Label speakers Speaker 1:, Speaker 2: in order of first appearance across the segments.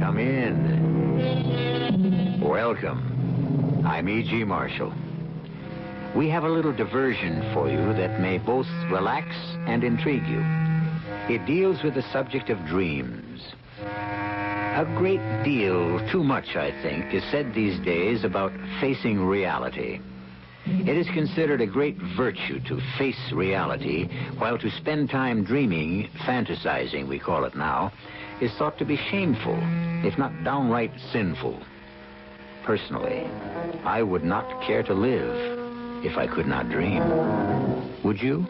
Speaker 1: Come in. Welcome. I'm E.G. Marshall. We have a little diversion for you that may both relax and intrigue you. It deals with the subject of dreams. A great deal, too much, I think, is said these days about facing reality. It is considered a great virtue to face reality, while to spend time dreaming, fantasizing, we call it now, is thought to be shameful, if not downright sinful. Personally, I would not care to live if I could not dream. Would you?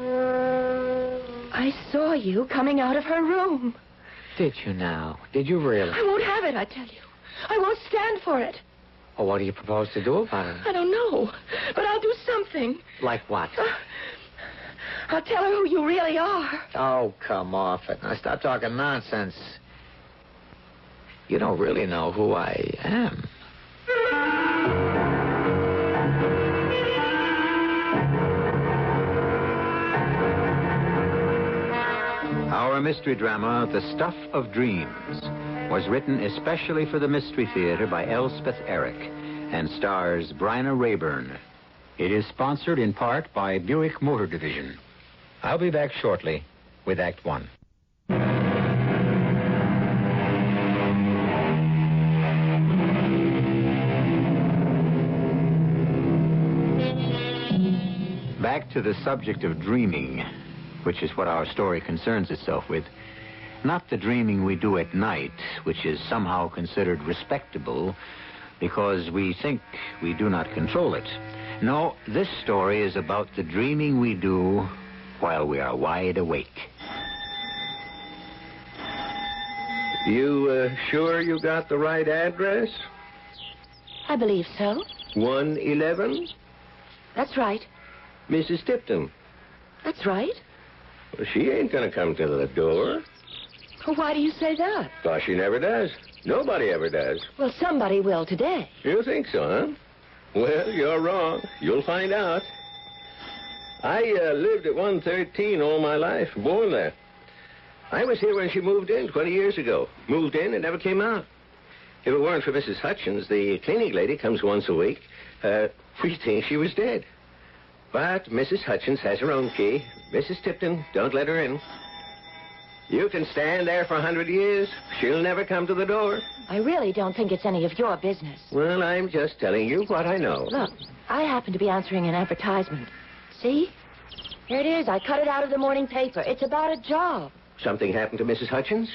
Speaker 2: I saw you coming out of her room.
Speaker 1: Did you now? Did you really?
Speaker 2: I won't have it, I tell you. I won't stand for it.
Speaker 1: Well, what do you propose to do about it?
Speaker 2: I don't know, but I'll do something.
Speaker 1: Like what?
Speaker 2: I'll tell her who you really are.
Speaker 1: Oh, come off it. Now stop talking nonsense. You don't really know who I am. Our mystery drama, The Stuff of Dreams, was written especially for the Mystery Theater by Elspeth Eric and stars Bryna Rayburn. It is sponsored in part by Buick Motor Division. I'll be back shortly with Act One. Back to the subject of dreaming, which is what our story concerns itself with. Not the dreaming we do at night, which is somehow considered respectable because we think we do not control it. No, this story is about the dreaming we do while we are wide awake. You uh, sure you got the right address?
Speaker 2: I believe so.
Speaker 1: 111?
Speaker 2: That's right.
Speaker 1: Mrs. Tipton.
Speaker 2: That's right.
Speaker 1: Well, she ain't gonna come to the door.
Speaker 2: Why do you say that?
Speaker 1: Why, she never does. Nobody ever does.
Speaker 2: Well, somebody will today.
Speaker 1: You think so, huh? Well, you're wrong. You'll find out. I uh, lived at 113 all my life, born there. I was here when she moved in 20 years ago. Moved in and never came out. If it weren't for Mrs. Hutchins, the cleaning lady comes once a week. Uh, we think she was dead. But Mrs. Hutchins has her own key. Mrs. Tipton, don't let her in. You can stand there for a hundred years. She'll never come to the door.
Speaker 2: I really don't think it's any of your business.
Speaker 1: Well, I'm just telling you what I know.
Speaker 2: Look, I happen to be answering an advertisement. See? Here it is. I cut it out of the morning paper. It's about a job.
Speaker 1: Something happened to Mrs. Hutchins?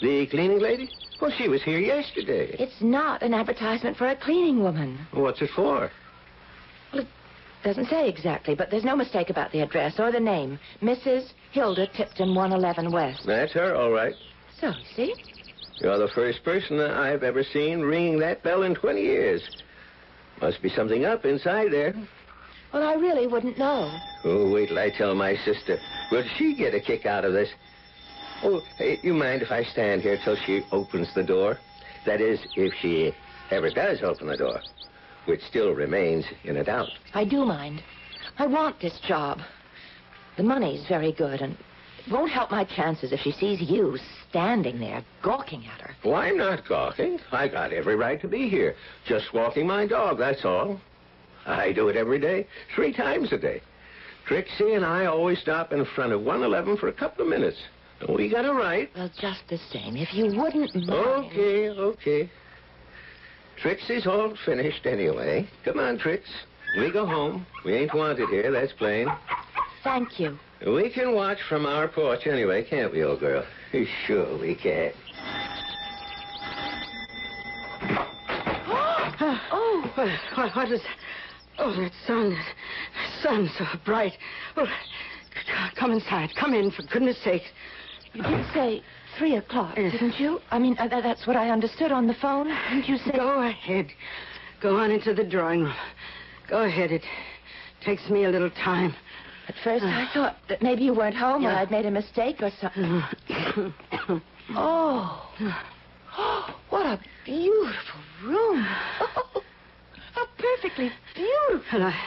Speaker 1: The cleaning lady? Well, she was here yesterday.
Speaker 2: It's not an advertisement for a cleaning woman.
Speaker 1: What's it for?
Speaker 2: Well, it doesn't say exactly, but there's no mistake about the address or the name. Mrs. Hilda Tipton, 111 West.
Speaker 1: That's her, all right.
Speaker 2: So, see?
Speaker 1: You're the first person I've ever seen ringing that bell in 20 years. Must be something up inside there.
Speaker 2: Well, I really wouldn't know.
Speaker 1: Oh, wait till I tell my sister. Will she get a kick out of this? Oh, hey, you mind if I stand here till she opens the door? That is, if she ever does open the door, which still remains in a doubt.
Speaker 2: I do mind. I want this job. The money's very good, and it won't help my chances if she sees you standing there gawking at her.
Speaker 1: Well, I'm not gawking. I got every right to be here. Just walking my dog, that's all. I do it every day, three times a day. Trixie and I always stop in front of 111 for a couple of minutes. We got a right.
Speaker 2: Well, just the same, if you wouldn't mind.
Speaker 1: Okay, okay. Trixie's all finished anyway. Come on, Trix. We go home. We ain't wanted here, that's plain.
Speaker 2: Thank you.
Speaker 1: We can watch from our porch anyway, can't we, old girl? Sure we can.
Speaker 3: Oh, what, what, what is that? Oh, that sun. Sun so bright. Oh, c- come inside. Come in, for goodness sake.
Speaker 2: You did say three o'clock,
Speaker 3: Yes.
Speaker 2: didn't you? I mean, uh, tha- that's what I understood on the phone. Didn't you say?
Speaker 3: Go ahead. Go on into the drawing room. Go ahead. It takes me a little time.
Speaker 2: At first, I thought that maybe you weren't home or
Speaker 3: Yeah.
Speaker 2: I'd made a mistake or something. oh. What a beautiful room. Oh, How perfectly beautiful.
Speaker 3: Well, I,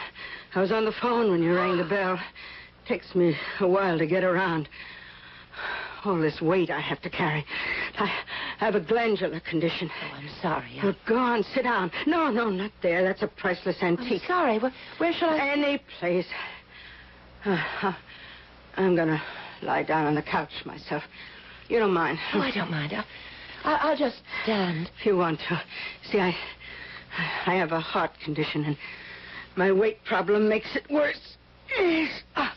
Speaker 3: I was on the phone when you rang the bell. Takes me a while to get around. All this weight I have to carry. I, I have a glandular condition.
Speaker 2: Oh, I'm sorry.
Speaker 3: Well, go on, sit down. No, no, not there. That's a priceless
Speaker 2: I'm
Speaker 3: antique.
Speaker 2: sorry. Where, where shall I...
Speaker 3: Any place. Uh, I'm going to lie down on the couch myself. You don't mind.
Speaker 2: Oh, I don't mind. I, I, I'll just stand.
Speaker 3: If you want to. See, I, I have a heart condition, and my weight problem makes it worse. Yes. Ah.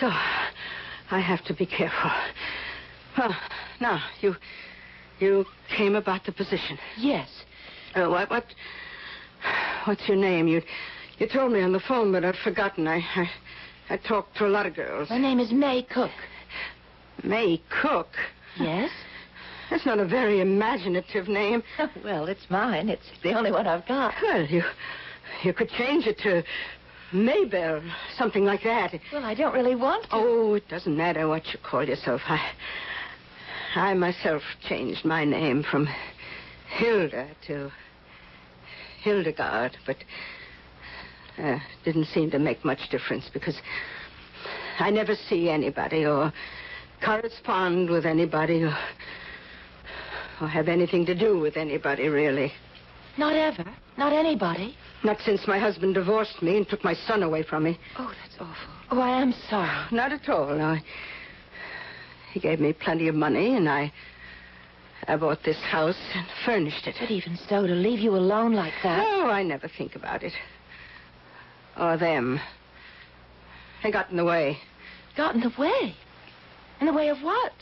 Speaker 3: So, I have to be careful. Well, now you, you came about the position.
Speaker 2: Yes.
Speaker 3: Uh, what, what, what's your name? You, you told me on the phone, but I've forgotten. I, I, I talked to a lot of girls.
Speaker 2: My name is May Cook.
Speaker 3: May Cook.
Speaker 2: Yes?
Speaker 3: That's not a very imaginative name.
Speaker 2: well, it's mine. It's the only one I've got.
Speaker 3: Well, you, you could change it to Maybell, something like that.
Speaker 2: Well, I don't really want to.
Speaker 3: Oh, it doesn't matter what you call yourself. I, I myself changed my name from Hilda to Hildegard, but uh, didn't seem to make much difference because I never see anybody or correspond with anybody or, or have anything to do with anybody really.
Speaker 2: Not ever. Not anybody.
Speaker 3: Not since my husband divorced me and took my son away from me.
Speaker 2: Oh, that's awful. Oh, I am sorry.
Speaker 3: Not at all. No. He gave me plenty of money, and I, I bought this house and furnished it.
Speaker 2: But even so, to leave you alone like that.
Speaker 3: Oh, I never think about it. Or them. They got in the way.
Speaker 2: Got in the way. In the way of what?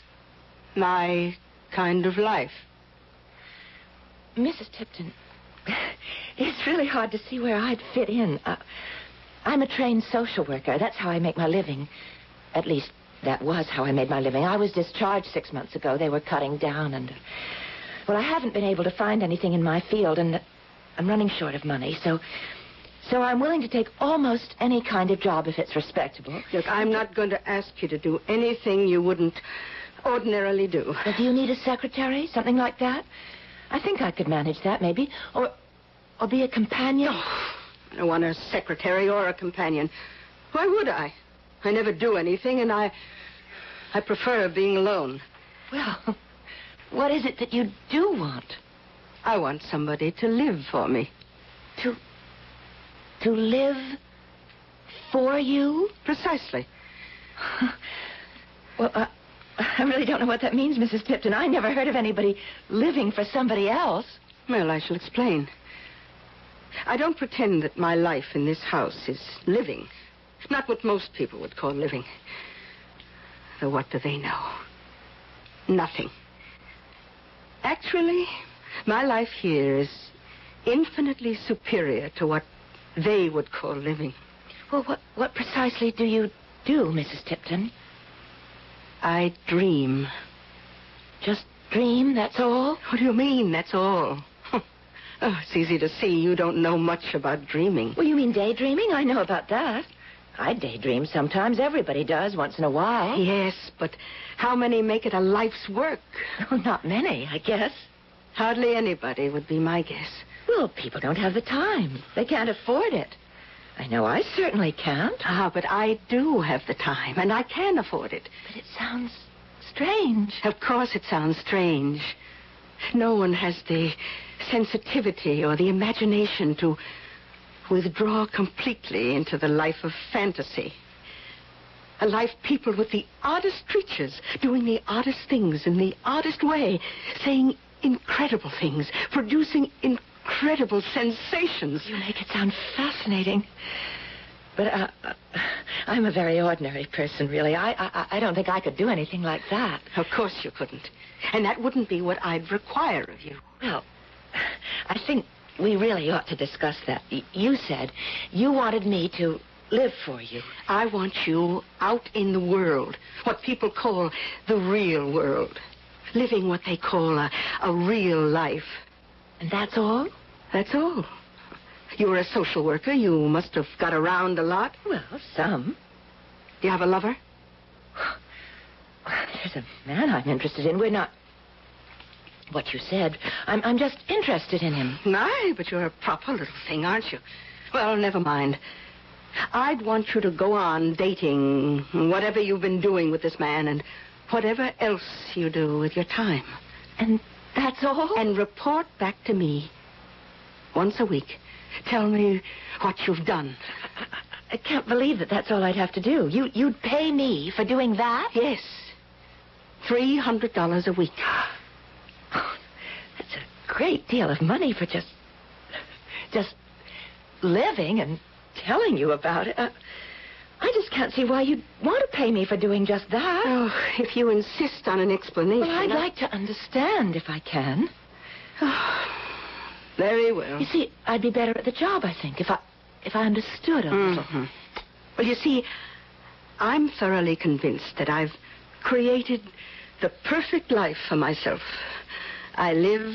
Speaker 3: My kind of life.
Speaker 2: Mrs. Tipton, it's really hard to see where I'd fit in. Uh, I'm a trained social worker. That's how I make my living. At least, that was how I made my living. I was discharged six months ago. They were cutting down, and. uh, Well, I haven't been able to find anything in my field, and uh, I'm running short of money, so. So I'm willing to take almost any kind of job if it's respectable.
Speaker 3: Look, I'm not going to ask you to do anything you wouldn't ordinarily do.
Speaker 2: Well, do you need a secretary? Something like that? I think I could manage that, maybe. Or, or be a companion.
Speaker 3: I don't want a secretary or a companion. Why would I? I never do anything, and I. I prefer being alone.
Speaker 2: Well, what is it that you do want?
Speaker 3: I want somebody to live for me.
Speaker 2: To. to live for you?
Speaker 3: Precisely.
Speaker 2: Well, I, I really don't know what that means, Mrs. Tipton. I never heard of anybody living for somebody else.
Speaker 3: Well, I shall explain. I don't pretend that my life in this house is living. Not what most people would call living. Though what do they know? Nothing. Actually, my life here is infinitely superior to what they would call living.
Speaker 2: Well, what, what precisely do you do, Mrs. Tipton?
Speaker 3: I dream.
Speaker 2: Just dream, that's all?
Speaker 3: What do you mean, that's all? oh, it's easy to see you don't know much about dreaming.
Speaker 2: Well, you mean daydreaming? I know about that. I daydream sometimes. Everybody does, once in a while.
Speaker 3: Yes, but how many make it a life's work?
Speaker 2: Well, Oh, not many, I guess.
Speaker 3: Hardly anybody would be my guess.
Speaker 2: Well, people don't have the time. They can't afford it. I know I certainly can't.
Speaker 3: Ah, but I do have the time, and I can afford it.
Speaker 2: But it sounds strange.
Speaker 3: Of course, it sounds strange. No one has the sensitivity or the imagination to withdraw completely into the life of fantasy. A life peopled with the oddest creatures, doing the oddest things in the oddest way, saying incredible things, producing incredible sensations.
Speaker 2: You make it sound fascinating. But uh, uh, I'm a very ordinary person, really. I, I, I don't think I could do anything like that.
Speaker 3: Of course you couldn't. And that wouldn't be what I'd require of you.
Speaker 2: Well, I think we really ought to discuss that. Y- You said you wanted me to live for you.
Speaker 3: I want you out in the world, what people call the real world, living what they call a, a real life.
Speaker 2: And that's all?
Speaker 3: That's all. You were a social worker. You must have got around a lot.
Speaker 2: Well, some.
Speaker 3: Do you have a lover?
Speaker 2: There's a man I'm interested in. We're not. What you said. I'm, I'm just interested in him.
Speaker 3: My, but you're a proper little thing, aren't you? Well, never mind. I'd want you to go on dating whatever you've been doing with this man and whatever else you do with your time.
Speaker 2: And that's all?
Speaker 3: And report back to me once a week. Tell me what you've done.
Speaker 2: I can't believe that that's all I'd have to do. You, you'd pay me for doing that?
Speaker 3: Yes. $300 a week.
Speaker 2: That's a great deal of money for just. just living and telling you about it. Uh, I just can't see why you'd want to pay me for doing just that.
Speaker 3: Oh, if you insist on an explanation.
Speaker 2: well, I'd
Speaker 3: I-
Speaker 2: like to understand if I can.
Speaker 3: Very well.
Speaker 2: You see, I'd be better at the job, I think, if I if I understood a little.
Speaker 3: Mhm. Well, you see, I'm thoroughly convinced that I've created the perfect life for myself. I live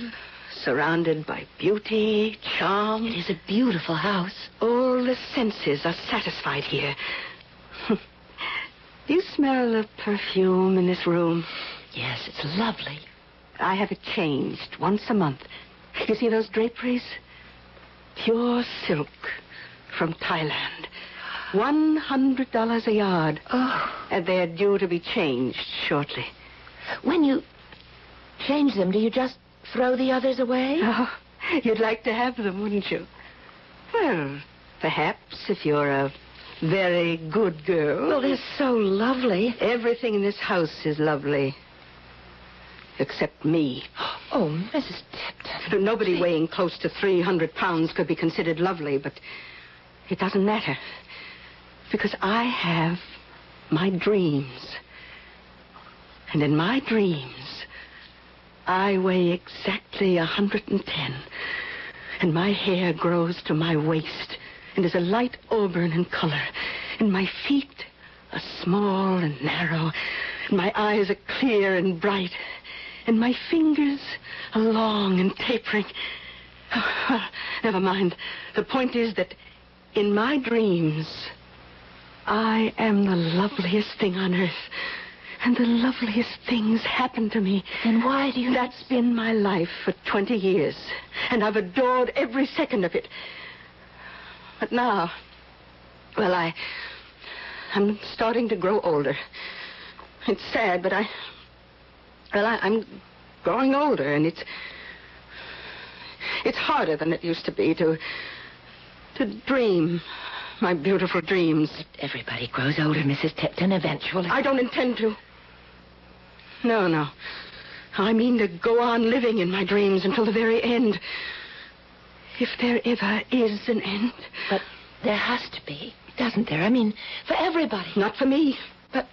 Speaker 3: surrounded by beauty, charm.
Speaker 2: It is a beautiful house.
Speaker 3: All the senses are satisfied here. Do you smell the perfume in this room?
Speaker 2: Yes, it's lovely.
Speaker 3: I have it changed once a month. You see those draperies? Pure silk from Thailand. $100 a yard.
Speaker 2: Oh.
Speaker 3: And they're due to be changed shortly.
Speaker 2: When you change them, do you just throw the others away?
Speaker 3: Oh, you'd like to have them, wouldn't you? Well, perhaps if you're a very good girl.
Speaker 2: Well, they're so lovely.
Speaker 3: Everything in this house is lovely. Except me.
Speaker 2: Oh, Mrs. Tipton.
Speaker 3: Nobody weighing close to 300 pounds could be considered lovely, but it doesn't matter. Because I have my dreams. And in my dreams, I weigh exactly 110. And my hair grows to my waist and is a light auburn in color. And my feet are small and narrow. And my eyes are clear and bright. And my fingers are long and tapering. Oh, well, never mind. The point is that in my dreams, I am the loveliest thing on earth. and the loveliest things happen to me.
Speaker 2: Then why do you...
Speaker 3: That's been my life for 20 years, and I've adored every second of it. But now, well, I. I'm starting to grow older. It's sad, but I. Well, I, I'm growing older, and it's. It's harder than it used to be to. to dream my beautiful dreams.
Speaker 2: Everybody grows older, Mrs. Tipton, eventually.
Speaker 3: I don't intend to. No, no. I mean to go on living in my dreams until the very end. If there ever is an end.
Speaker 2: But there has to be, doesn't there? I mean, for everybody.
Speaker 3: Not for me.
Speaker 2: But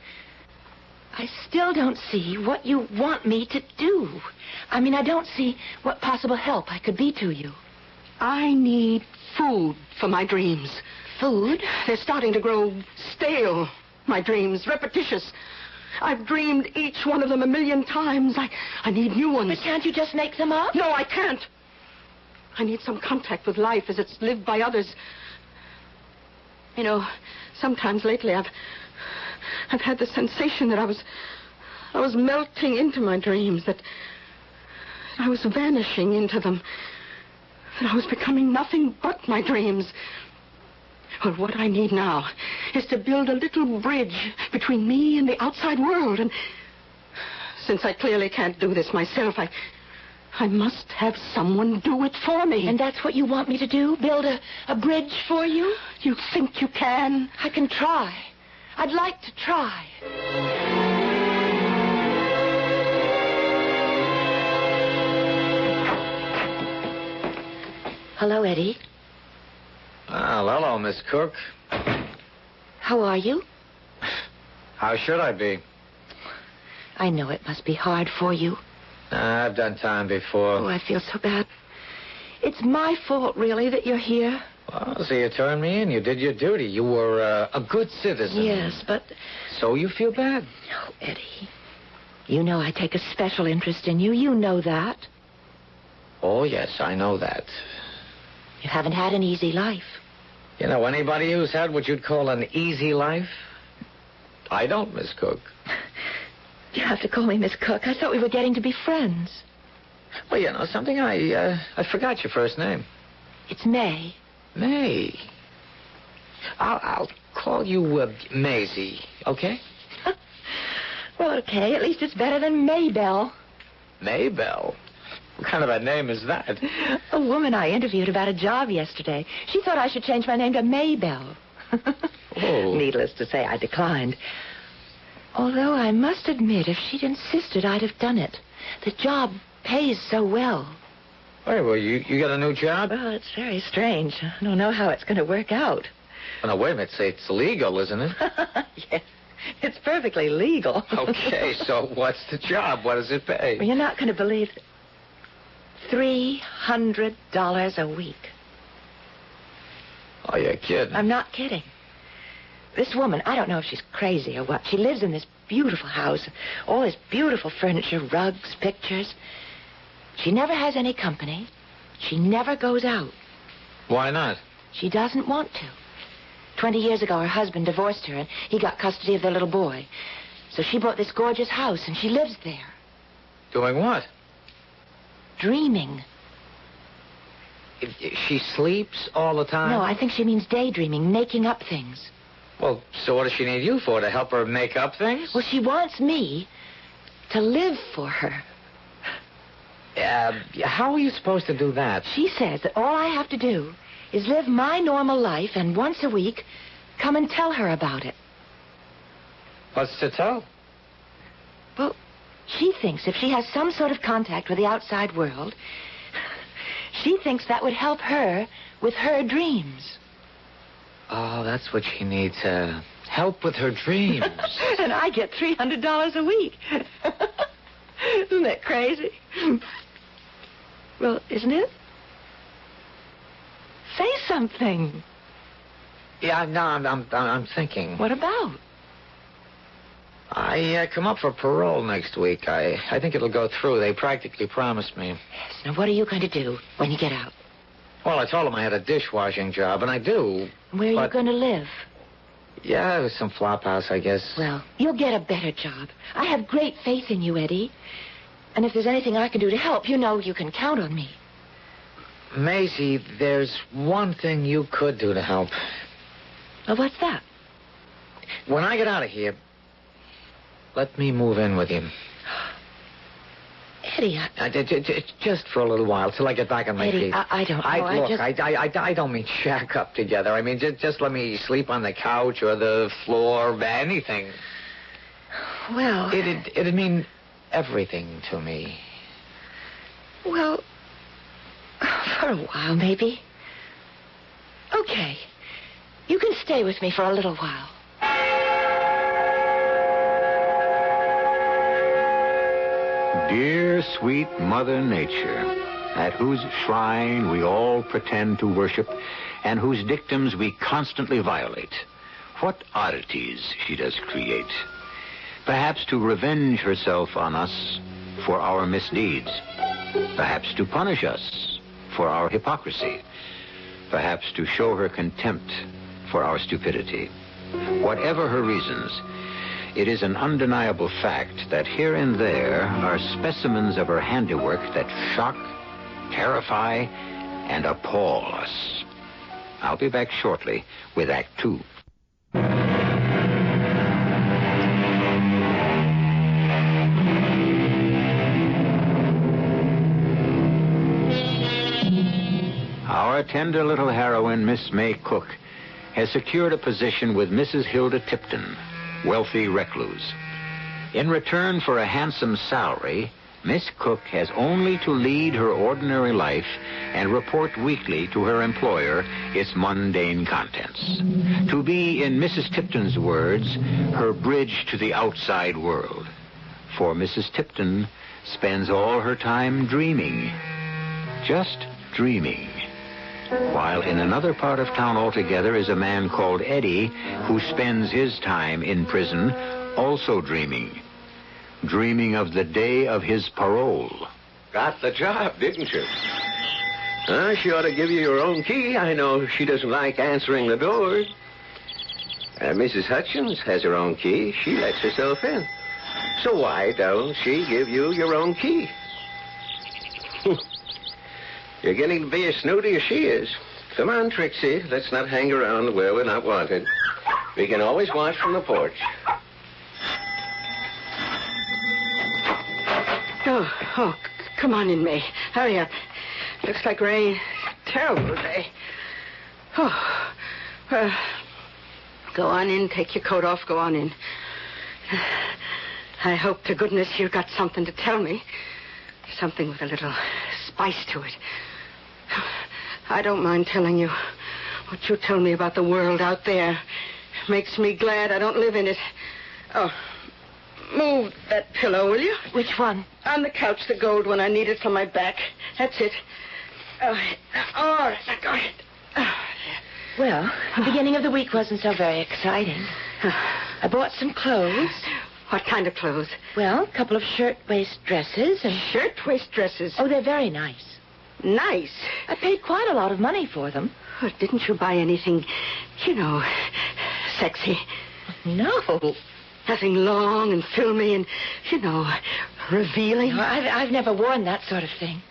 Speaker 2: I still don't see what you want me to do. I mean, I don't see what possible help I could be to you.
Speaker 3: I need food for my dreams.
Speaker 2: Food?
Speaker 3: They're starting to grow stale, my dreams, repetitious. I've dreamed each one of them a million times. I, I need new ones.
Speaker 2: But can't you just make them up?
Speaker 3: No, I can't. I need some contact with life as it's lived by others. You know, sometimes lately I've I've had the sensation that I was I was melting into my dreams, that I was vanishing into them. That I was becoming nothing but my dreams. Well, what I need now is to build a little bridge between me and the outside world. And since I clearly can't do this myself, I, I must have someone do it for me.
Speaker 2: And that's what you want me to do? Build a, a bridge for you?
Speaker 3: You think you can?
Speaker 2: I can try. I'd like to try. Hello, Eddie.
Speaker 1: Well, hello, Miss Cook.
Speaker 2: How are you?
Speaker 1: How should I be?
Speaker 2: I know it must be hard for you.
Speaker 1: Uh, I've done time
Speaker 2: Oh,
Speaker 1: before.
Speaker 2: I feel so bad. It's my fault, really, that you're here.
Speaker 1: Well, so you turned me in. You did your duty. You were uh, a good citizen.
Speaker 2: Yes, but
Speaker 1: So you feel bad?
Speaker 2: Oh, Eddie. You know I take a special interest in you. You know that.
Speaker 1: Oh, yes, I know that.
Speaker 2: You haven't had an easy life.
Speaker 1: You know, anybody who's had what you'd call an easy life? I don't, Miss Cook.
Speaker 2: You have to call me Miss Cook. I thought we were getting to be friends.
Speaker 1: Well, you know, something I, uh, I forgot your first name.
Speaker 2: It's May.
Speaker 1: May. I'll, I'll call you uh, Maisie, okay?
Speaker 2: Well, okay. At least it's better than Maybell.
Speaker 1: Maybell. What kind of a name is that?
Speaker 2: A woman I interviewed about a job yesterday. She thought I should change my name to Maybell.
Speaker 1: Oh.
Speaker 2: Needless to say, I declined. Although I must admit, if she'd insisted, I'd have done it. The job pays so well.
Speaker 1: Wait, well, you, you got a new job?
Speaker 2: Well, it's very strange. I don't know how it's going to work out.
Speaker 1: Oh, no, wait a minute. Say, it's illegal, isn't it?
Speaker 2: yes, it's perfectly legal.
Speaker 1: okay, so what's the job? What does it
Speaker 2: Well,
Speaker 1: pay?
Speaker 2: You're not going to believe. Three hundred dollars a week.
Speaker 1: Oh, you're kidding.
Speaker 2: I'm not kidding. This woman, I don't know if she's crazy or what. She lives in this beautiful house, all this beautiful furniture, rugs, pictures. She never has any company. She never goes out.
Speaker 1: Why not?
Speaker 2: She doesn't want to. Twenty years ago, her husband divorced her, and he got custody of their little boy. So she bought this gorgeous house, and she lives there,
Speaker 1: Doing what?
Speaker 2: dreaming.
Speaker 1: If- if She sleeps all the time?
Speaker 2: No, I think she means daydreaming, making up things.
Speaker 1: Well, so what does she need you for? To help her make up things?
Speaker 2: Well, she wants me to live for her.
Speaker 1: Uh, how are you supposed to do that?
Speaker 2: She says that all I have to do is live my normal life and once a week come and tell her about it.
Speaker 1: What's to tell?
Speaker 2: Well, she thinks if she has some sort of contact with the outside world, she thinks that would help her with her dreams.
Speaker 1: Oh, that's what she needs. Uh, help with her dreams.
Speaker 2: And I get $300 a week. isn't that crazy? Well, isn't it? Say something.
Speaker 1: yeah, no, I'm, I'm, I'm thinking.
Speaker 2: What about?
Speaker 1: I uh, come up for parole next week. I, I think it'll go through. They practically promised me.
Speaker 2: Yes, now what are you going to do when you get out?
Speaker 1: Well, I told him I had a dishwashing job, and I do.
Speaker 2: Where are
Speaker 1: but
Speaker 2: you going to live?
Speaker 4: Yeah, it was some flop house, I guess.
Speaker 2: Well, you'll get a better job. I have great faith in you, Eddie. And if there's anything I can do to help, you know you can count on me.
Speaker 4: Maisie, there's one thing you could do to help.
Speaker 2: Well, what's that?
Speaker 4: When I get out of here, let me move in with you.
Speaker 2: Eddie, I...
Speaker 4: Uh, j- j- j- just for a little while, till I get back on my
Speaker 2: Eddie,
Speaker 4: feet.
Speaker 2: I- I don't know, I
Speaker 4: look,
Speaker 2: just-
Speaker 4: I, I, I, I don't mean shack up together. I mean, just, just let me sleep on the couch or the floor or anything.
Speaker 2: Well,
Speaker 4: It'd, it'd mean everything to me.
Speaker 2: well, for a while, maybe. Okay. You can stay with me for a little while.
Speaker 1: Dear sweet Mother Nature, at whose shrine we all pretend to worship and whose dictums we constantly violate, what oddities she does create. Perhaps to revenge herself on us for our misdeeds. Perhaps to punish us for our hypocrisy. Perhaps to show her contempt for our stupidity. Whatever her reasons, it is an undeniable fact that here and there are specimens of her handiwork that shock, terrify, and appall us. I'll be back shortly with Act Two. Our tender little heroine, Miss May Cook, has secured a position with Mrs. Hilda Tipton, wealthy recluse. In return for a handsome salary, Miss Cook has only to lead her ordinary life and report weekly to her employer its mundane contents. To be, in Mrs. Tipton's words, her bridge to the outside world. For Mrs. Tipton spends all her time dreaming, just dreaming. While in another part of town altogether is a man called Eddie who spends his time in prison also dreaming. Dreaming of the day of his parole.
Speaker 5: Got the job, didn't you? Well, she ought to give you your own key. I know she doesn't like answering the doors. Uh, Mrs. Hutchins has her own key. She lets herself in. So why don't she give you your own key? You're getting to be as snooty as she is. Come on, Trixie. Let's not hang around where we're not wanted. We can always watch from the porch.
Speaker 3: Oh, oh, c- come on in, May. Hurry up. Looks like rain. Terrible day. Oh, well, go on in. Take your coat off. Go on in. I hope to goodness you've got something to tell me. Something with a little spice to it. I don't mind telling you what you tell me about the world out there. Makes me glad I don't live in it. Oh, move that pillow, will you?
Speaker 2: Which one?
Speaker 3: On the couch, the gold one. I need it for my back. That's it. Oh, oh, go ahead. Oh,
Speaker 2: Well, the beginning of the week wasn't so very exciting. I bought some clothes.
Speaker 3: What kind of clothes?
Speaker 2: Well, a couple of shirtwaist dresses and.
Speaker 3: Shirtwaist dresses.
Speaker 2: Oh, they're very nice.
Speaker 3: nice.
Speaker 2: I paid quite a lot of money for them.
Speaker 3: Oh, didn't you buy anything, you know, sexy?
Speaker 2: No.
Speaker 3: Nothing long and filmy and, you know, revealing?
Speaker 2: No, I've, I've never worn that sort of thing.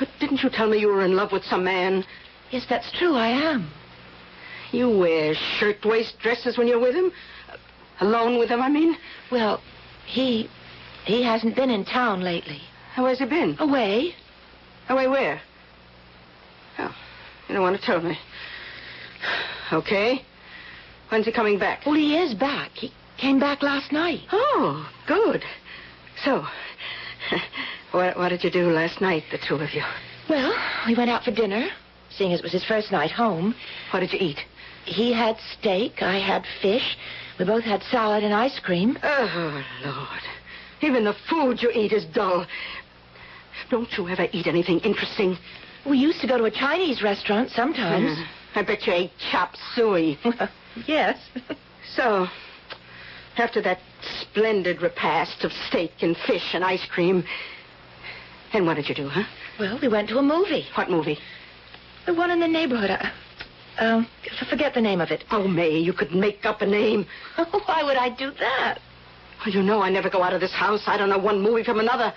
Speaker 3: Oh, Didn't you tell me you were in love with some man?
Speaker 2: Yes, that's true, I am.
Speaker 3: You wear shirtwaist dresses when you're with him? Alone with him, I mean?
Speaker 2: Well, he. he hasn't been in town lately.
Speaker 3: Oh, Where's he been?
Speaker 2: Away?
Speaker 3: Away where? Oh, you don't want to tell me. Okay. When's he coming back?
Speaker 2: Well, he is back. He came back last night.
Speaker 3: Oh, good. So, what, what did you do last night, the two of you?
Speaker 2: Well, we went out for dinner, seeing as it was his first night home.
Speaker 3: What did you eat?
Speaker 2: He had steak, I had fish. We both had salad and ice cream.
Speaker 3: Oh, Lord. Even the food you eat is dull. Don't you ever eat anything interesting?
Speaker 2: We used to go to a Chinese restaurant sometimes.
Speaker 3: Uh, I bet you ate chop suey.
Speaker 2: yes.
Speaker 3: So, after that splendid repast of steak and fish and ice cream, and what did you do, huh?
Speaker 2: Well, we went to a movie.
Speaker 3: What movie?
Speaker 2: The one in the neighborhood. I, Um, forget the name of it.
Speaker 3: Oh, May, you could make up a name.
Speaker 2: Why would I do that?
Speaker 3: Well, you know I never go out of this house. I don't know one movie from another.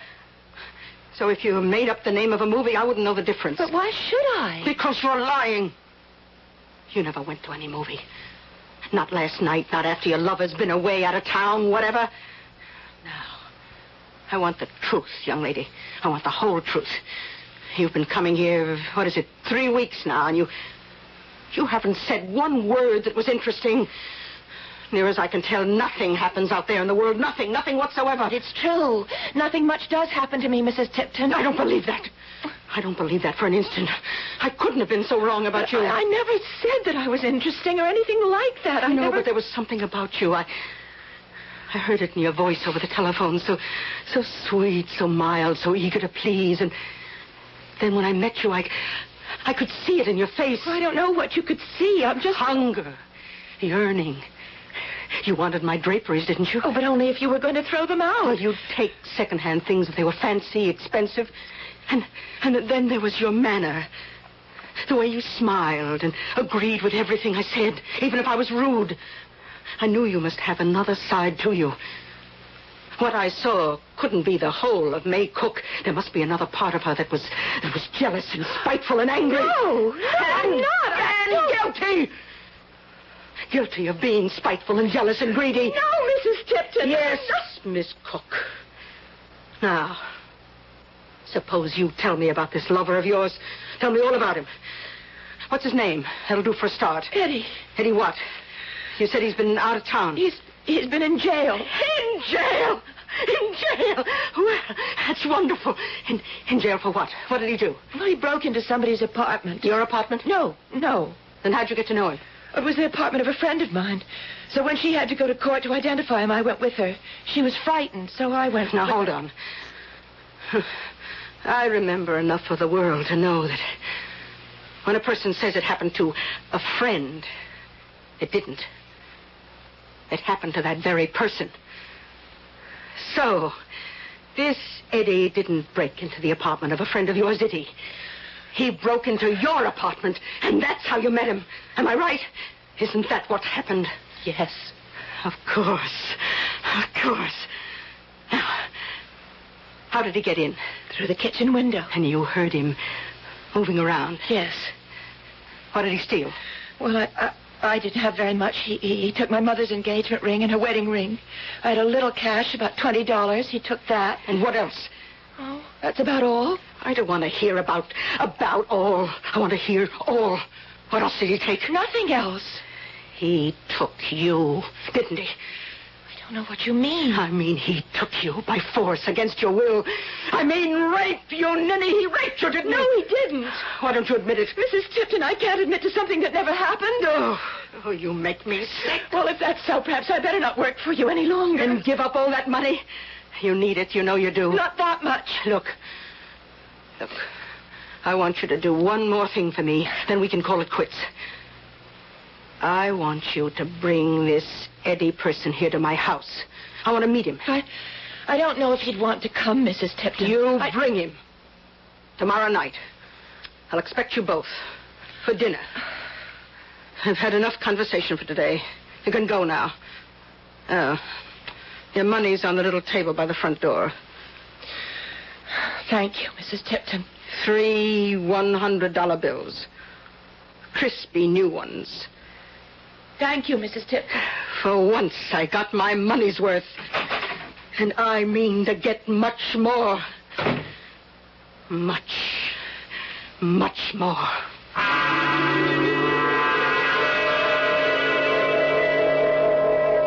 Speaker 3: So if you made up the name of a movie, I wouldn't know the difference.
Speaker 2: But why should I?
Speaker 3: Because you're lying. You never went to any movie. Not last night, not after your lover's been away out of town, whatever. No. I want the truth, young lady. I want the whole truth. You've been coming here, what is it, three weeks now, and you. You haven't said one word that was interesting. Near as I can tell, nothing happens out there in the world. Nothing, nothing whatsoever.
Speaker 2: But it's true. Nothing much does happen to me, Mrs. Tipton.
Speaker 3: I don't believe that. I don't believe that for an instant. I couldn't have been so wrong about you.
Speaker 2: I, I never said that I was interesting or anything like that. I,
Speaker 3: know,
Speaker 2: never...
Speaker 3: but there was something about you. I I heard it in your voice over the telephone. So so sweet, so mild, so eager to please. And then when I met you, I I could see it in your face.
Speaker 2: I don't know what you could see. I'm just.
Speaker 3: Hunger, yearning. You wanted my draperies, didn't you?
Speaker 2: Oh, but only if you were going to throw them out.
Speaker 3: Well, you'd take secondhand things if they were fancy, expensive. And and then there was your manner. The way you smiled and agreed with everything I said, even if I was rude. I knew you must have another side to you. What I saw couldn't be the whole of May Cook. There must be another part of her that was that was jealous and spiteful and angry.
Speaker 2: No, no,
Speaker 3: and,
Speaker 2: I'm not. I
Speaker 3: and guilty. Guilty of being spiteful and jealous and greedy.
Speaker 2: No, Mrs. Tipton.
Speaker 3: Yes,
Speaker 2: No.
Speaker 3: Miss Cook. Now, suppose you tell me about this lover of yours. Tell me all about him. What's his name? That'll do for a start.
Speaker 2: Eddie,
Speaker 3: Eddie what? You said he's been out of town.
Speaker 2: he's he's been in jail.
Speaker 3: in jail. In jail. Well, that's wonderful. In, in jail for what? What did he do?
Speaker 2: Well, he broke into somebody's apartment.
Speaker 3: Your apartment?
Speaker 2: No, no.
Speaker 3: Then how'd you get to know him?
Speaker 2: It was the apartment of a friend of mine. So when she had to go to court to identify him, I went with her. She was frightened, so I went.
Speaker 3: Now
Speaker 2: with-
Speaker 3: hold on. I remember enough of the world to know that when a person says it happened to a friend, it didn't. It happened to that very person. So, this Eddie didn't break into the apartment of a friend of yours, did he? He broke into your apartment, and that's how you met him. Am I right? Isn't that what happened?
Speaker 2: Yes.
Speaker 3: Of course. Of course. Now, how did he get in?
Speaker 2: Through the kitchen window.
Speaker 3: And you heard him moving around.
Speaker 2: Yes.
Speaker 3: What did he steal?
Speaker 2: Well, I, I, I didn't have very much. He, he, he took my mother's engagement ring and her wedding ring. I had a little cash, about $20. He took that.
Speaker 3: And what else?
Speaker 2: Oh, that's about all.
Speaker 3: I don't want to hear about about all. I want to hear all. What else did he take?
Speaker 2: Nothing else.
Speaker 3: He took you, didn't he?
Speaker 2: I don't know what you mean.
Speaker 3: I mean, he took you by force against your will. I mean, rape you, ninny. He raped you, didn't
Speaker 2: No,
Speaker 3: he?
Speaker 2: he didn't.
Speaker 3: Why don't you admit it?
Speaker 2: Mrs. Tipton, I can't admit to something that never happened.
Speaker 3: Oh, oh, you make me sick.
Speaker 2: Well, if that's so, perhaps I better not work for you any longer.
Speaker 3: And give up all that money? You need it. You know you do.
Speaker 2: Not that much.
Speaker 3: Look. Look. I want you to do one more thing for me, then we can call it quits. I want you to bring this Eddie person here to my house. I want to meet him.
Speaker 2: I, I don't know if he'd want to come, Mrs. Tipton.
Speaker 3: You
Speaker 2: I-
Speaker 3: bring him. Tomorrow night. I'll expect you both for dinner. I've had enough conversation for today. You can go now. Oh, your money's on the little table by the front door.
Speaker 2: Thank you, Mrs. Tipton.
Speaker 3: Three $100 bills. Crispy new ones.
Speaker 2: Thank you, Mrs. Tipton.
Speaker 3: For once, I got my money's worth. And I mean to get much more. Much, much more.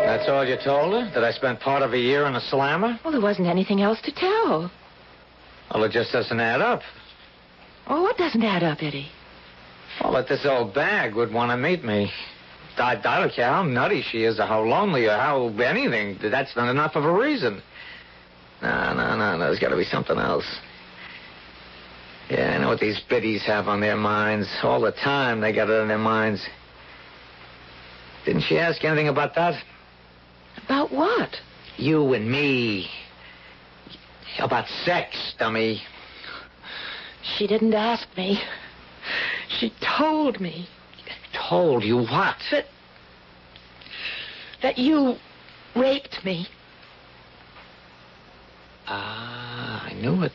Speaker 4: That's all you told her? That I spent part of a year in a slammer?
Speaker 2: Well, there wasn't anything else to tell.
Speaker 4: Well, it just doesn't add up.
Speaker 2: Oh, what doesn't add up, Eddie?
Speaker 4: Well, that this old bag would want to meet me. I, I don't care how nutty she is or how lonely or how anything. That's not enough of a reason. No, no, no, no. There's got to be something else. Yeah, I know what these biddies have on their minds. All the time they got it on their minds. Didn't she ask anything about that?
Speaker 2: About what?
Speaker 4: You and me. About sex, dummy.
Speaker 2: She didn't ask me. She told me.
Speaker 4: told you what?
Speaker 2: That. that you raped me.
Speaker 4: Ah, I knew it.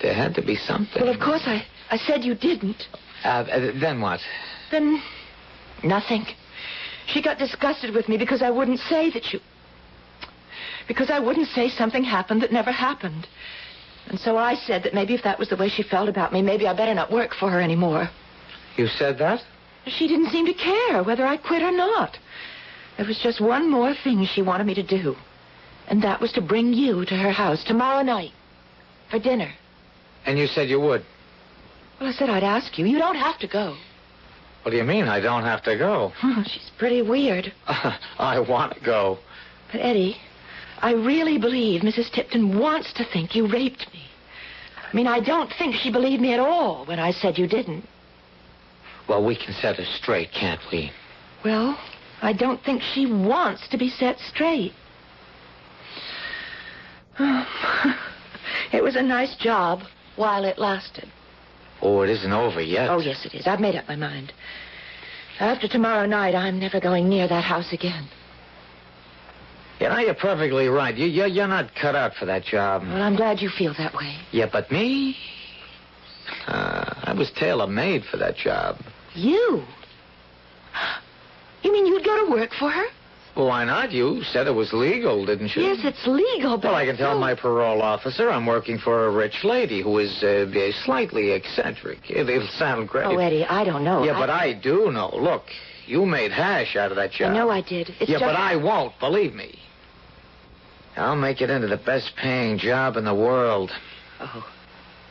Speaker 4: There had to be something.
Speaker 2: Well, of course, I, I said you didn't.
Speaker 4: Uh, uh, then what?
Speaker 2: Then. nothing. She got disgusted with me because I wouldn't say that you. Because I wouldn't say something happened that never happened. And so I said that maybe if that was the way she felt about me, maybe I better not work for her anymore.
Speaker 4: You said that?
Speaker 2: She didn't seem to care whether I quit or not. There was just one more thing she wanted me to do, and that was to bring you to her house tomorrow night for dinner.
Speaker 4: And you said you would.
Speaker 2: Well, I said I'd ask you. You don't have to go.
Speaker 4: What do you mean I don't have to go?
Speaker 2: She's pretty weird.
Speaker 4: I want to go.
Speaker 2: But, Eddie, I really believe Mrs. Tipton wants to think you raped me. I mean, I don't think she believed me at all when I said you didn't.
Speaker 4: Well, we can set her straight, can't we?
Speaker 2: Well, I don't think she wants to be set straight. it was a nice job while it lasted.
Speaker 4: Oh, it isn't over yet.
Speaker 2: Oh, yes, it is. I've made up my mind. After tomorrow night, I'm never going near that house again.
Speaker 4: You know, you're perfectly right. You, you're, you're not cut out for that job.
Speaker 2: Well, I'm glad you feel that way.
Speaker 4: Yeah, but me? Uh, I was tailor-made for that job.
Speaker 2: You? You mean you'd go to work for her?
Speaker 4: Well, why not? You said it was legal, didn't you?
Speaker 2: Yes, it's legal, but.
Speaker 4: Well, I can tell
Speaker 2: no.
Speaker 4: my parole officer I'm working for a rich lady who is uh, slightly eccentric. It, will sound great.
Speaker 2: Oh, Eddie, I don't know.
Speaker 4: Yeah, but I do know. Look, you made hash out of that job.
Speaker 2: I know I did. It's
Speaker 4: yeah,
Speaker 2: just-
Speaker 4: but I won't, believe me. I'll make it into the best paying job in the world.
Speaker 2: Oh.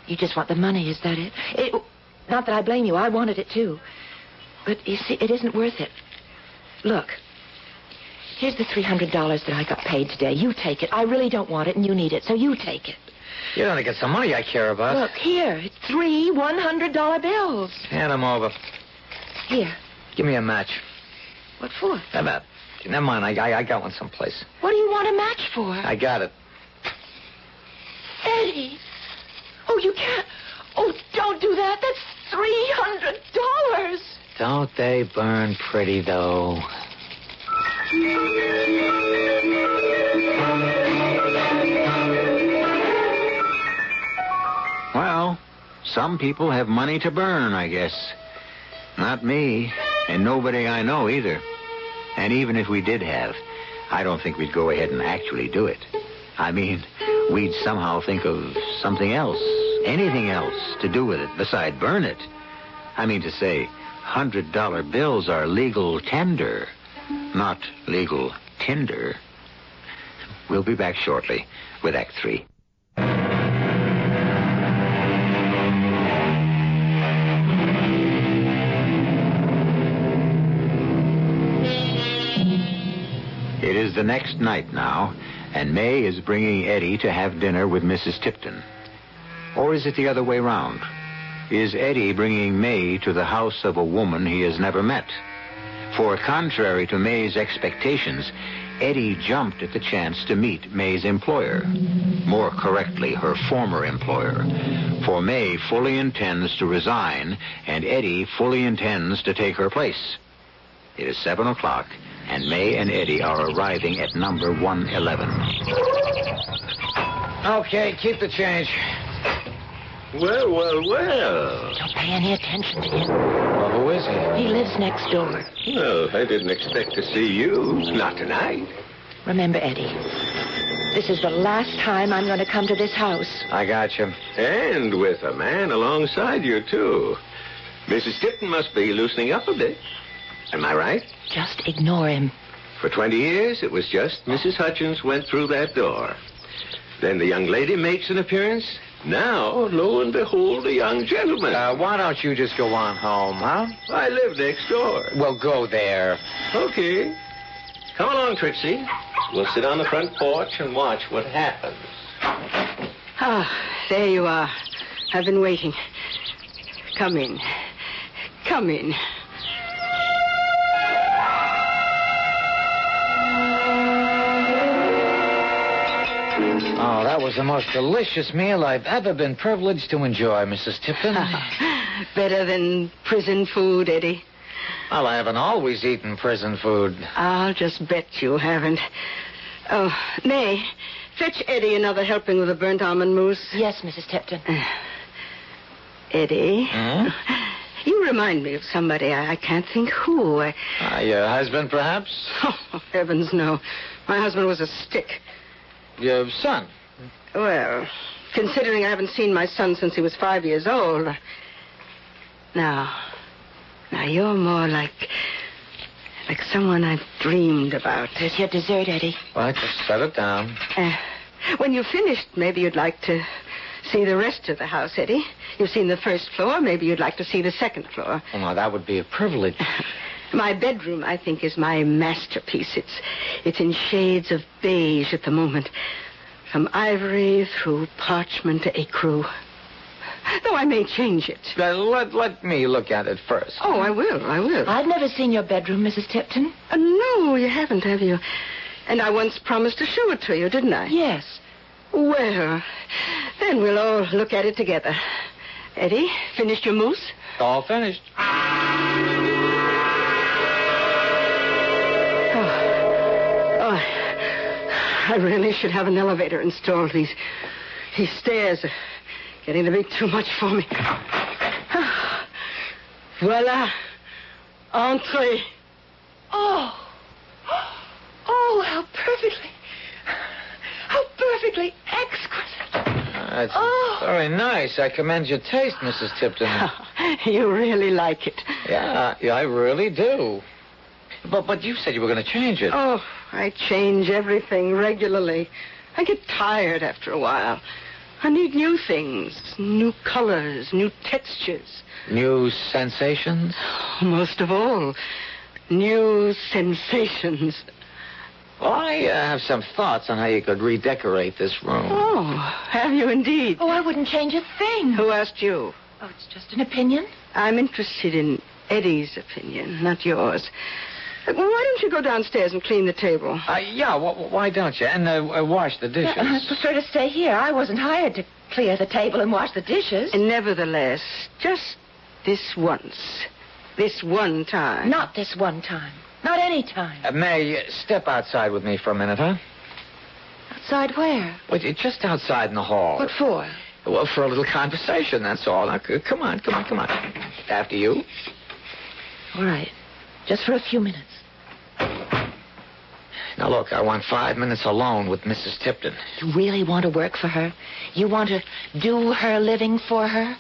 Speaker 2: You just want the money, is that it? it? Not that I blame you. I wanted it, too. But, you see, it isn't worth it. Look. Here's the $300 that I got paid today. You take it. I really don't want it, and you need it, so you take it.
Speaker 4: You're going to get some money I care about.
Speaker 2: Look, here. It's three $100 bills.
Speaker 4: Hand 'em over.
Speaker 2: Here.
Speaker 4: Give me a match.
Speaker 2: What for?
Speaker 4: How about? Never mind, I, I, I got one someplace.
Speaker 2: What do you want a match for?
Speaker 4: I got it.
Speaker 2: Eddie. Oh, you can't. Oh, don't do that. That's $300.
Speaker 4: Don't they burn pretty, though?
Speaker 1: Well, some people have money to burn, I guess. Not me, and nobody I know either. And even if we did have, I don't think we'd go ahead and actually do it. I mean, we'd somehow think of something else, anything else to do with it beside burn it. I mean to say, $100 bills are legal tender, not legal tinder. We'll be back shortly with Act Three. It is the next night now, and May is bringing Eddie to have dinner with Mrs. Tipton. Or is it the other way round? Is Eddie bringing May to the house of a woman he has never met? For contrary to May's expectations, Eddie jumped at the chance to meet May's employer. More correctly, her former employer. For May fully intends to resign, and Eddie fully intends to take her place. It is 7 o'clock, and May and Eddie are arriving at number 111.
Speaker 4: Okay, keep the change.
Speaker 5: Well, well, well.
Speaker 2: Don't pay any attention to him.
Speaker 4: Well, who is he?
Speaker 2: He lives next door.
Speaker 5: Well, I didn't expect to see you. Not tonight.
Speaker 2: Remember, Eddie, this is the last time I'm going to come to this house.
Speaker 4: I got you.
Speaker 5: And with a man alongside you, too. Mrs. Tipton must be loosening up a bit. Am I right?
Speaker 2: Just ignore him.
Speaker 5: For 20 years, it was just Mrs. Hutchins went through that door. Then the young lady makes an appearance. Now, lo and behold, a young gentleman.
Speaker 4: Uh, why don't you just go on home, huh?
Speaker 5: I live next door.
Speaker 4: Well, go there.
Speaker 5: Okay. Come along, Trixie. We'll sit on the front porch and watch what happens.
Speaker 3: Ah, there you are. I've been waiting. Come in. Come in.
Speaker 4: Oh, that was the most delicious meal I've ever been
Speaker 3: Ah,
Speaker 4: privileged to enjoy, Mrs. Tipton.
Speaker 3: Better than prison food, Eddie.
Speaker 1: Well, I haven't always eaten prison food.
Speaker 3: I'll just bet you haven't. Oh, May, fetch Eddie another helping with the burnt almond mousse.
Speaker 2: Yes, Mrs. Tipton.
Speaker 3: Eddie,
Speaker 1: Hmm?
Speaker 3: you remind me of somebody. I, I can't think who. I...
Speaker 1: Uh, your husband, perhaps?
Speaker 3: Oh, heavens, no. My husband was a stick.
Speaker 1: Your son?
Speaker 3: Well, considering I haven't seen my son since he was five years old. Now, now you're more like. like someone I've dreamed about.
Speaker 2: There's your dessert, Eddie.
Speaker 1: Well, just set it down.
Speaker 3: Uh, when you've finished, maybe you'd like to see the rest of the house, Eddie. You've seen the first floor. Maybe you'd like to see the second floor.
Speaker 1: Well, Oh, now, that would be a privilege.
Speaker 3: My bedroom, I think, is my masterpiece. It's, it's in shades of beige at the moment, from ivory through parchment to ecru. Though I may change it.
Speaker 1: Let, let, let me look at it first.
Speaker 3: Oh, I will, I will.
Speaker 2: I've never seen your bedroom, Mrs. Tipton.
Speaker 3: Uh, no, you haven't, have you? And I once promised to show it to you, didn't I?
Speaker 2: Yes.
Speaker 3: Well, then we'll all look at it together. Eddie, finished your mousse?
Speaker 1: All finished.
Speaker 3: Oh, I really should have an elevator installed. These, these stairs are getting to be too much for me. Voila. Entree.
Speaker 2: Oh. Oh, how perfectly. How perfectly exquisite.
Speaker 1: That's
Speaker 2: Oh.
Speaker 1: very nice. I commend your taste, Mrs. Tipton.
Speaker 3: You really like it.
Speaker 1: yeah, I- I really do. But but you said you were going to change it.
Speaker 3: Oh, I change everything regularly. I get tired after a while. I need new things, new colors, new textures.
Speaker 1: New sensations?
Speaker 3: Most of all, new sensations.
Speaker 1: Well, I uh, have some thoughts on how you could redecorate this room.
Speaker 3: Oh, have you indeed?
Speaker 2: Oh, I wouldn't change a thing.
Speaker 3: Who asked you?
Speaker 2: Oh, it's just an opinion.
Speaker 3: I'm interested in Eddie's opinion, not yours. Uh, Why don't you go downstairs and clean the table?
Speaker 1: Uh, yeah, wh- wh- why don't you? And uh, uh, wash the dishes.
Speaker 2: I Uh-uh. prefer to stay here. I wasn't hired to clear the table and wash the dishes.
Speaker 3: And nevertheless, just this once, this one time.
Speaker 2: Not this one time. Not any time.
Speaker 1: Uh, May, uh, step outside with me for a minute, huh?
Speaker 2: Outside where?
Speaker 1: Wait, uh, just outside in the hall.
Speaker 2: What for?
Speaker 1: Well, for a little conversation, that's all. Now, c- come on, come on, come on. After you.
Speaker 2: All right. Just for a few minutes.
Speaker 1: Now, look, I want five minutes alone with Mrs. Tipton.
Speaker 2: You really want to work for her? You want to do her living for her?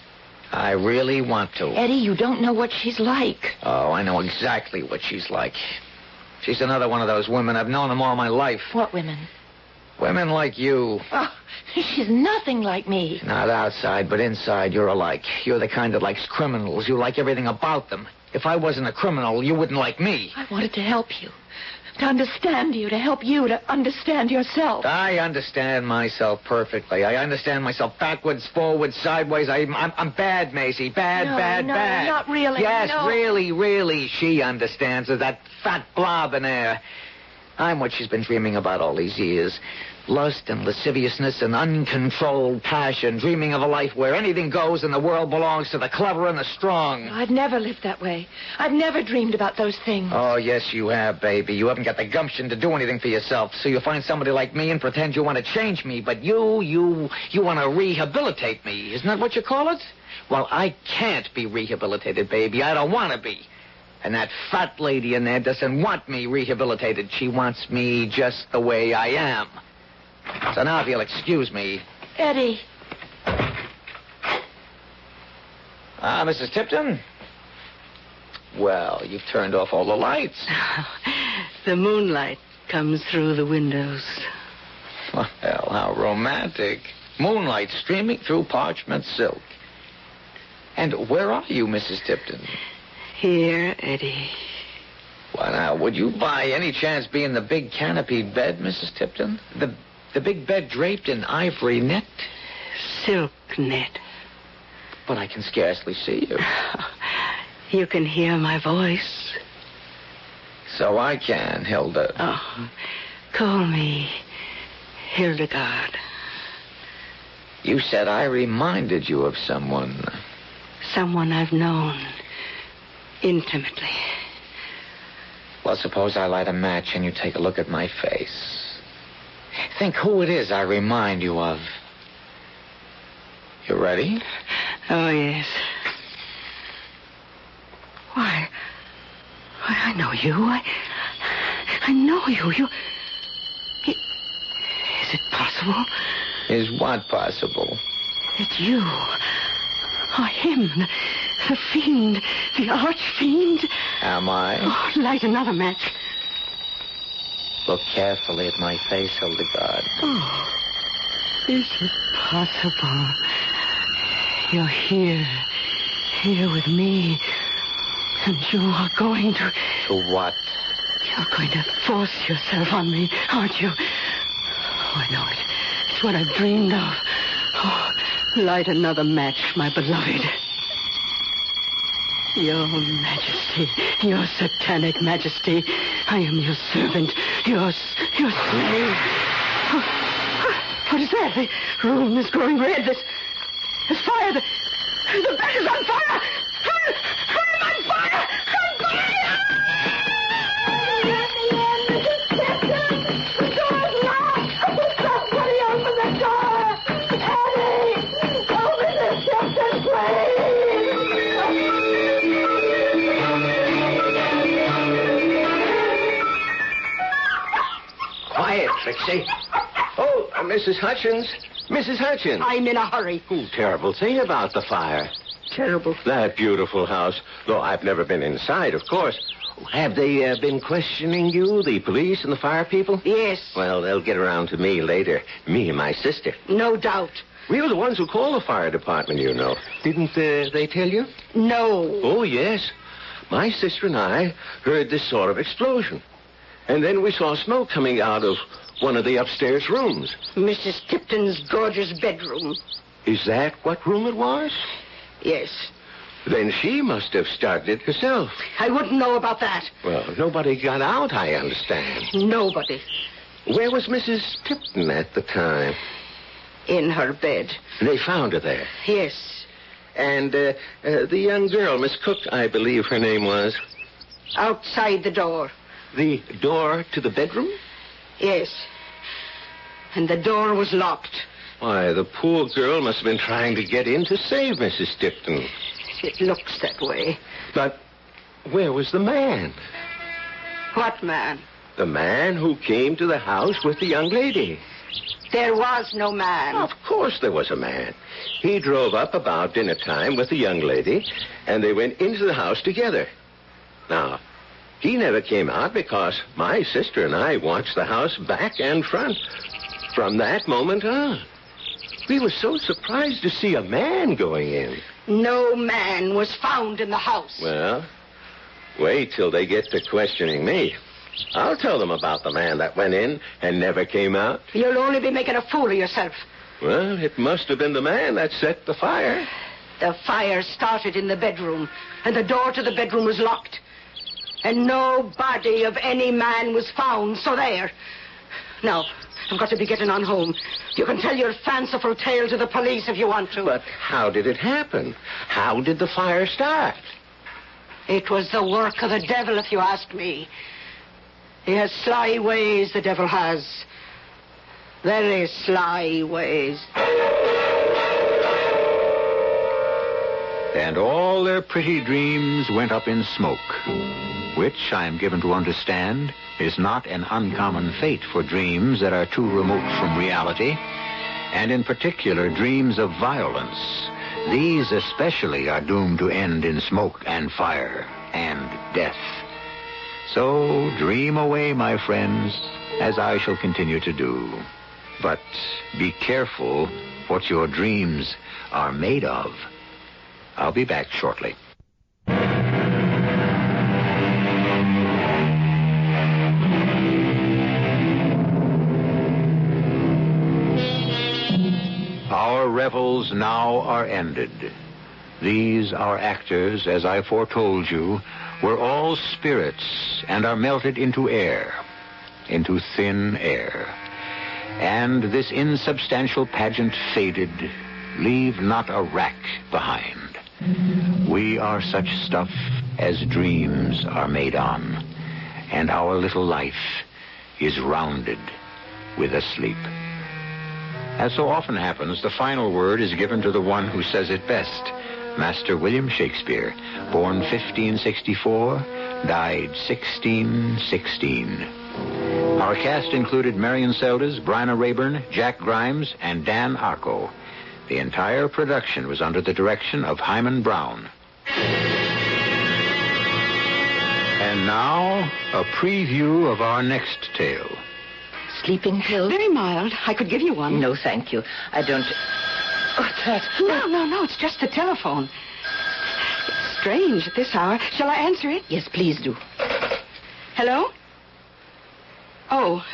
Speaker 1: I really want to.
Speaker 2: Eddie, you don't know what she's like.
Speaker 1: Oh, I know exactly what she's like. She's another one of those women. I've known them all my life.
Speaker 2: What women?
Speaker 1: Women like you.
Speaker 2: Oh, she's nothing like me.
Speaker 1: Not outside, but inside, you're alike. You're the kind that likes criminals. You like everything about them. If I wasn't a criminal, you wouldn't like me.
Speaker 2: I wanted to help you, to understand you, to help you to understand yourself.
Speaker 1: I understand myself perfectly. I understand myself backwards, forwards, sideways. I, I'm, I'm bad, Macy. Bad,
Speaker 2: No,
Speaker 1: bad,
Speaker 2: no,
Speaker 1: bad.
Speaker 2: not really,
Speaker 1: Yes,
Speaker 2: no.
Speaker 1: really, really, she understands her, that fat blob in there. I'm what she's been dreaming about all these years. Lust and lasciviousness and uncontrolled passion, dreaming of a life where anything goes and the world belongs to the clever and the strong.
Speaker 2: I've never lived that way. I've never dreamed about those things.
Speaker 1: Oh, yes, you have, baby. You haven't got the gumption to do anything for yourself. So you find somebody like me and pretend you want to change me, but you, you, you want to rehabilitate me. Isn't that what you call it? Well, I can't be rehabilitated, baby. I don't want to be. And that fat lady in there doesn't want me rehabilitated. She wants me just the way I am. So now, if you'll excuse me.
Speaker 2: Eddie,
Speaker 1: Ah, Mrs. Tipton? Well, you've turned off all the lights.
Speaker 3: The moonlight comes through the windows.
Speaker 1: Well, how romantic. Moonlight streaming through parchment silk. And where are you, Mrs. Tipton?
Speaker 3: Here, Eddie.
Speaker 1: Why, now, would you by any chance be in the big canopied bed, Mrs. Tipton? The, the big bed draped in ivory net?
Speaker 3: Silk net.
Speaker 1: But I can scarcely see you.
Speaker 3: You can hear my voice.
Speaker 1: So I can, Hilda.
Speaker 3: Oh, call me Hildegard.
Speaker 1: You said I reminded you of someone.
Speaker 3: Someone I've known intimately.
Speaker 4: Well, suppose I light a match and you take a look at my face. Think who it is I remind you of. You ready?
Speaker 3: Oh, yes. Why? Why, I know you. I, I know you. You. i- Is it possible?
Speaker 4: Is what possible?
Speaker 3: That you are him, the, the fiend, the archfiend?
Speaker 4: Am I?
Speaker 3: Oh, light another match.
Speaker 4: Look carefully at my face, Hildegard.
Speaker 3: Is it possible? You're here, here with me, and you are going to.
Speaker 4: To what?
Speaker 3: You're going to force yourself on me, aren't you? Oh, I know it. It's what I've dreamed of. Oh, light another match, my beloved. Your Majesty, your satanic Majesty, I am your servant, your s- your slave. Oh, ah, what is that? The room is growing red. There's, there's fire. The, the bed is on fire. I'm, I'm on fire. I'm
Speaker 4: Quiet, Trixie.
Speaker 5: Oh, uh, Mrs. Hutchins. Mrs. Hutchins.
Speaker 3: I'm in a hurry.
Speaker 5: Oh, terrible thing about the fire.
Speaker 3: Terrible.
Speaker 5: That beautiful house. Though I've never been inside, of course. Have they uh, been questioning you, the police and the fire people?
Speaker 3: Yes,
Speaker 5: Well, they'll get around to me later. Me and my sister.
Speaker 3: no doubt.
Speaker 5: We were the ones who called the fire department, you know. Didn't uh, they tell you?
Speaker 3: No.
Speaker 5: Oh, yes. My sister and I heard this sort of explosion. And then we saw smoke coming out of one of the upstairs rooms.
Speaker 3: Mrs. Tipton's gorgeous bedroom.
Speaker 5: Is that what room it was?
Speaker 3: Yes.
Speaker 5: Then she must have started it herself.
Speaker 3: I wouldn't know about that.
Speaker 5: Well, nobody got out, I understand.
Speaker 3: Nobody.
Speaker 5: Where was Mrs. Tipton at the time?
Speaker 3: In her bed.
Speaker 5: They found her there.
Speaker 3: Yes.
Speaker 5: And uh, uh, the young girl, Miss Cook, I believe her name was,
Speaker 3: Outside the door.
Speaker 5: the door to the bedroom?
Speaker 3: Yes. And the door was locked.
Speaker 5: Why, the poor girl must have been trying to get in to save Mrs. Tipton.
Speaker 3: It looks that way.
Speaker 5: But where was the man?
Speaker 3: What man?
Speaker 5: The man who came to the house with the young lady.
Speaker 3: There was no man.
Speaker 1: Oh.
Speaker 5: Of course there was a man. He drove up about dinner time with the young lady, and they went into the house together. Now, he never came out because my sister and I watched the house back and front from that moment on. We were so surprised to see a man going in.
Speaker 3: No man was found in the house.
Speaker 5: Well, wait till they get to questioning me. I'll tell them about the man that went in and never came out.
Speaker 3: You'll only be making a fool of yourself.
Speaker 5: Well, it must have been the man that set the fire.
Speaker 3: The fire started in the bedroom, and the door to the bedroom was locked. And no body of any man was found, so there. Now, I've got to be getting on home. You can tell your fanciful tale to the police if you want to.
Speaker 5: But how did it happen? How did the fire start?
Speaker 3: It was the work of the devil, if you ask me. He has sly ways, the devil has. Very sly ways.
Speaker 1: And all their pretty dreams went up in smoke, which I am given to understand is not an uncommon fate for dreams that are too remote from reality, and in particular dreams of violence. These especially are doomed to end in smoke and fire and death. So dream away, my friends, as I shall continue to do. But be careful what your dreams are made of. I'll be back shortly. Our revels now are ended. These, our actors, as I foretold you, were all spirits and are melted into air, into thin air. And this insubstantial pageant faded, leave not a rack behind. We are such stuff as dreams are made on, and our little life is rounded with a sleep. As so often happens, the final word is given to the one who says it best, Master William Shakespeare, born 1564, died 1616. Our cast included Marion Seldes, Bryna Rayburn, Jack Grimes, and Dan Arco. The entire production was under the direction of Hyman Brown. And now, a preview of our next tale.
Speaker 2: Sleeping pills?
Speaker 3: Very mild. I could give you one.
Speaker 2: No, thank you. I don't. What's that?
Speaker 3: Oh, No, no, no. It's just the telephone. It's strange at this hour. Shall I answer it?
Speaker 2: Yes, please do.
Speaker 3: Hello? Oh.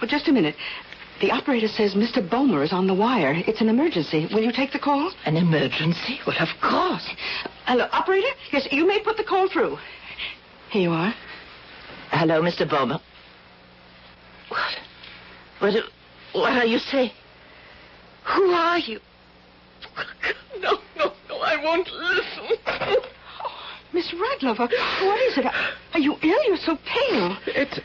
Speaker 3: Well, just a minute. The operator says Mr. Bomer is on the wire. It's an emergency. Will you take the call?
Speaker 2: An emergency? Well, of course.
Speaker 3: Hello, operator? Yes, you may put the call through. Here you are.
Speaker 2: Hello, Mr. Bomer. What? What, what are you saying? Who are you? No, no, no, I won't listen.
Speaker 3: Miss Radlover, what is it? Are you ill? You're so pale.
Speaker 4: It.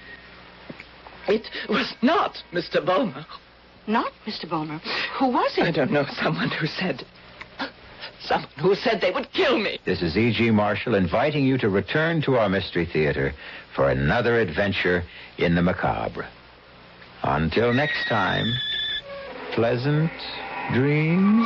Speaker 4: It was not Mr. Bulmer.
Speaker 3: Not Mr. Bomer. Who was it?
Speaker 4: I don't know. Someone who said. Someone who said they would kill me.
Speaker 1: This is E.G. Marshall inviting you to return to our Mystery Theater for another adventure in the macabre. Until next time, pleasant dreams.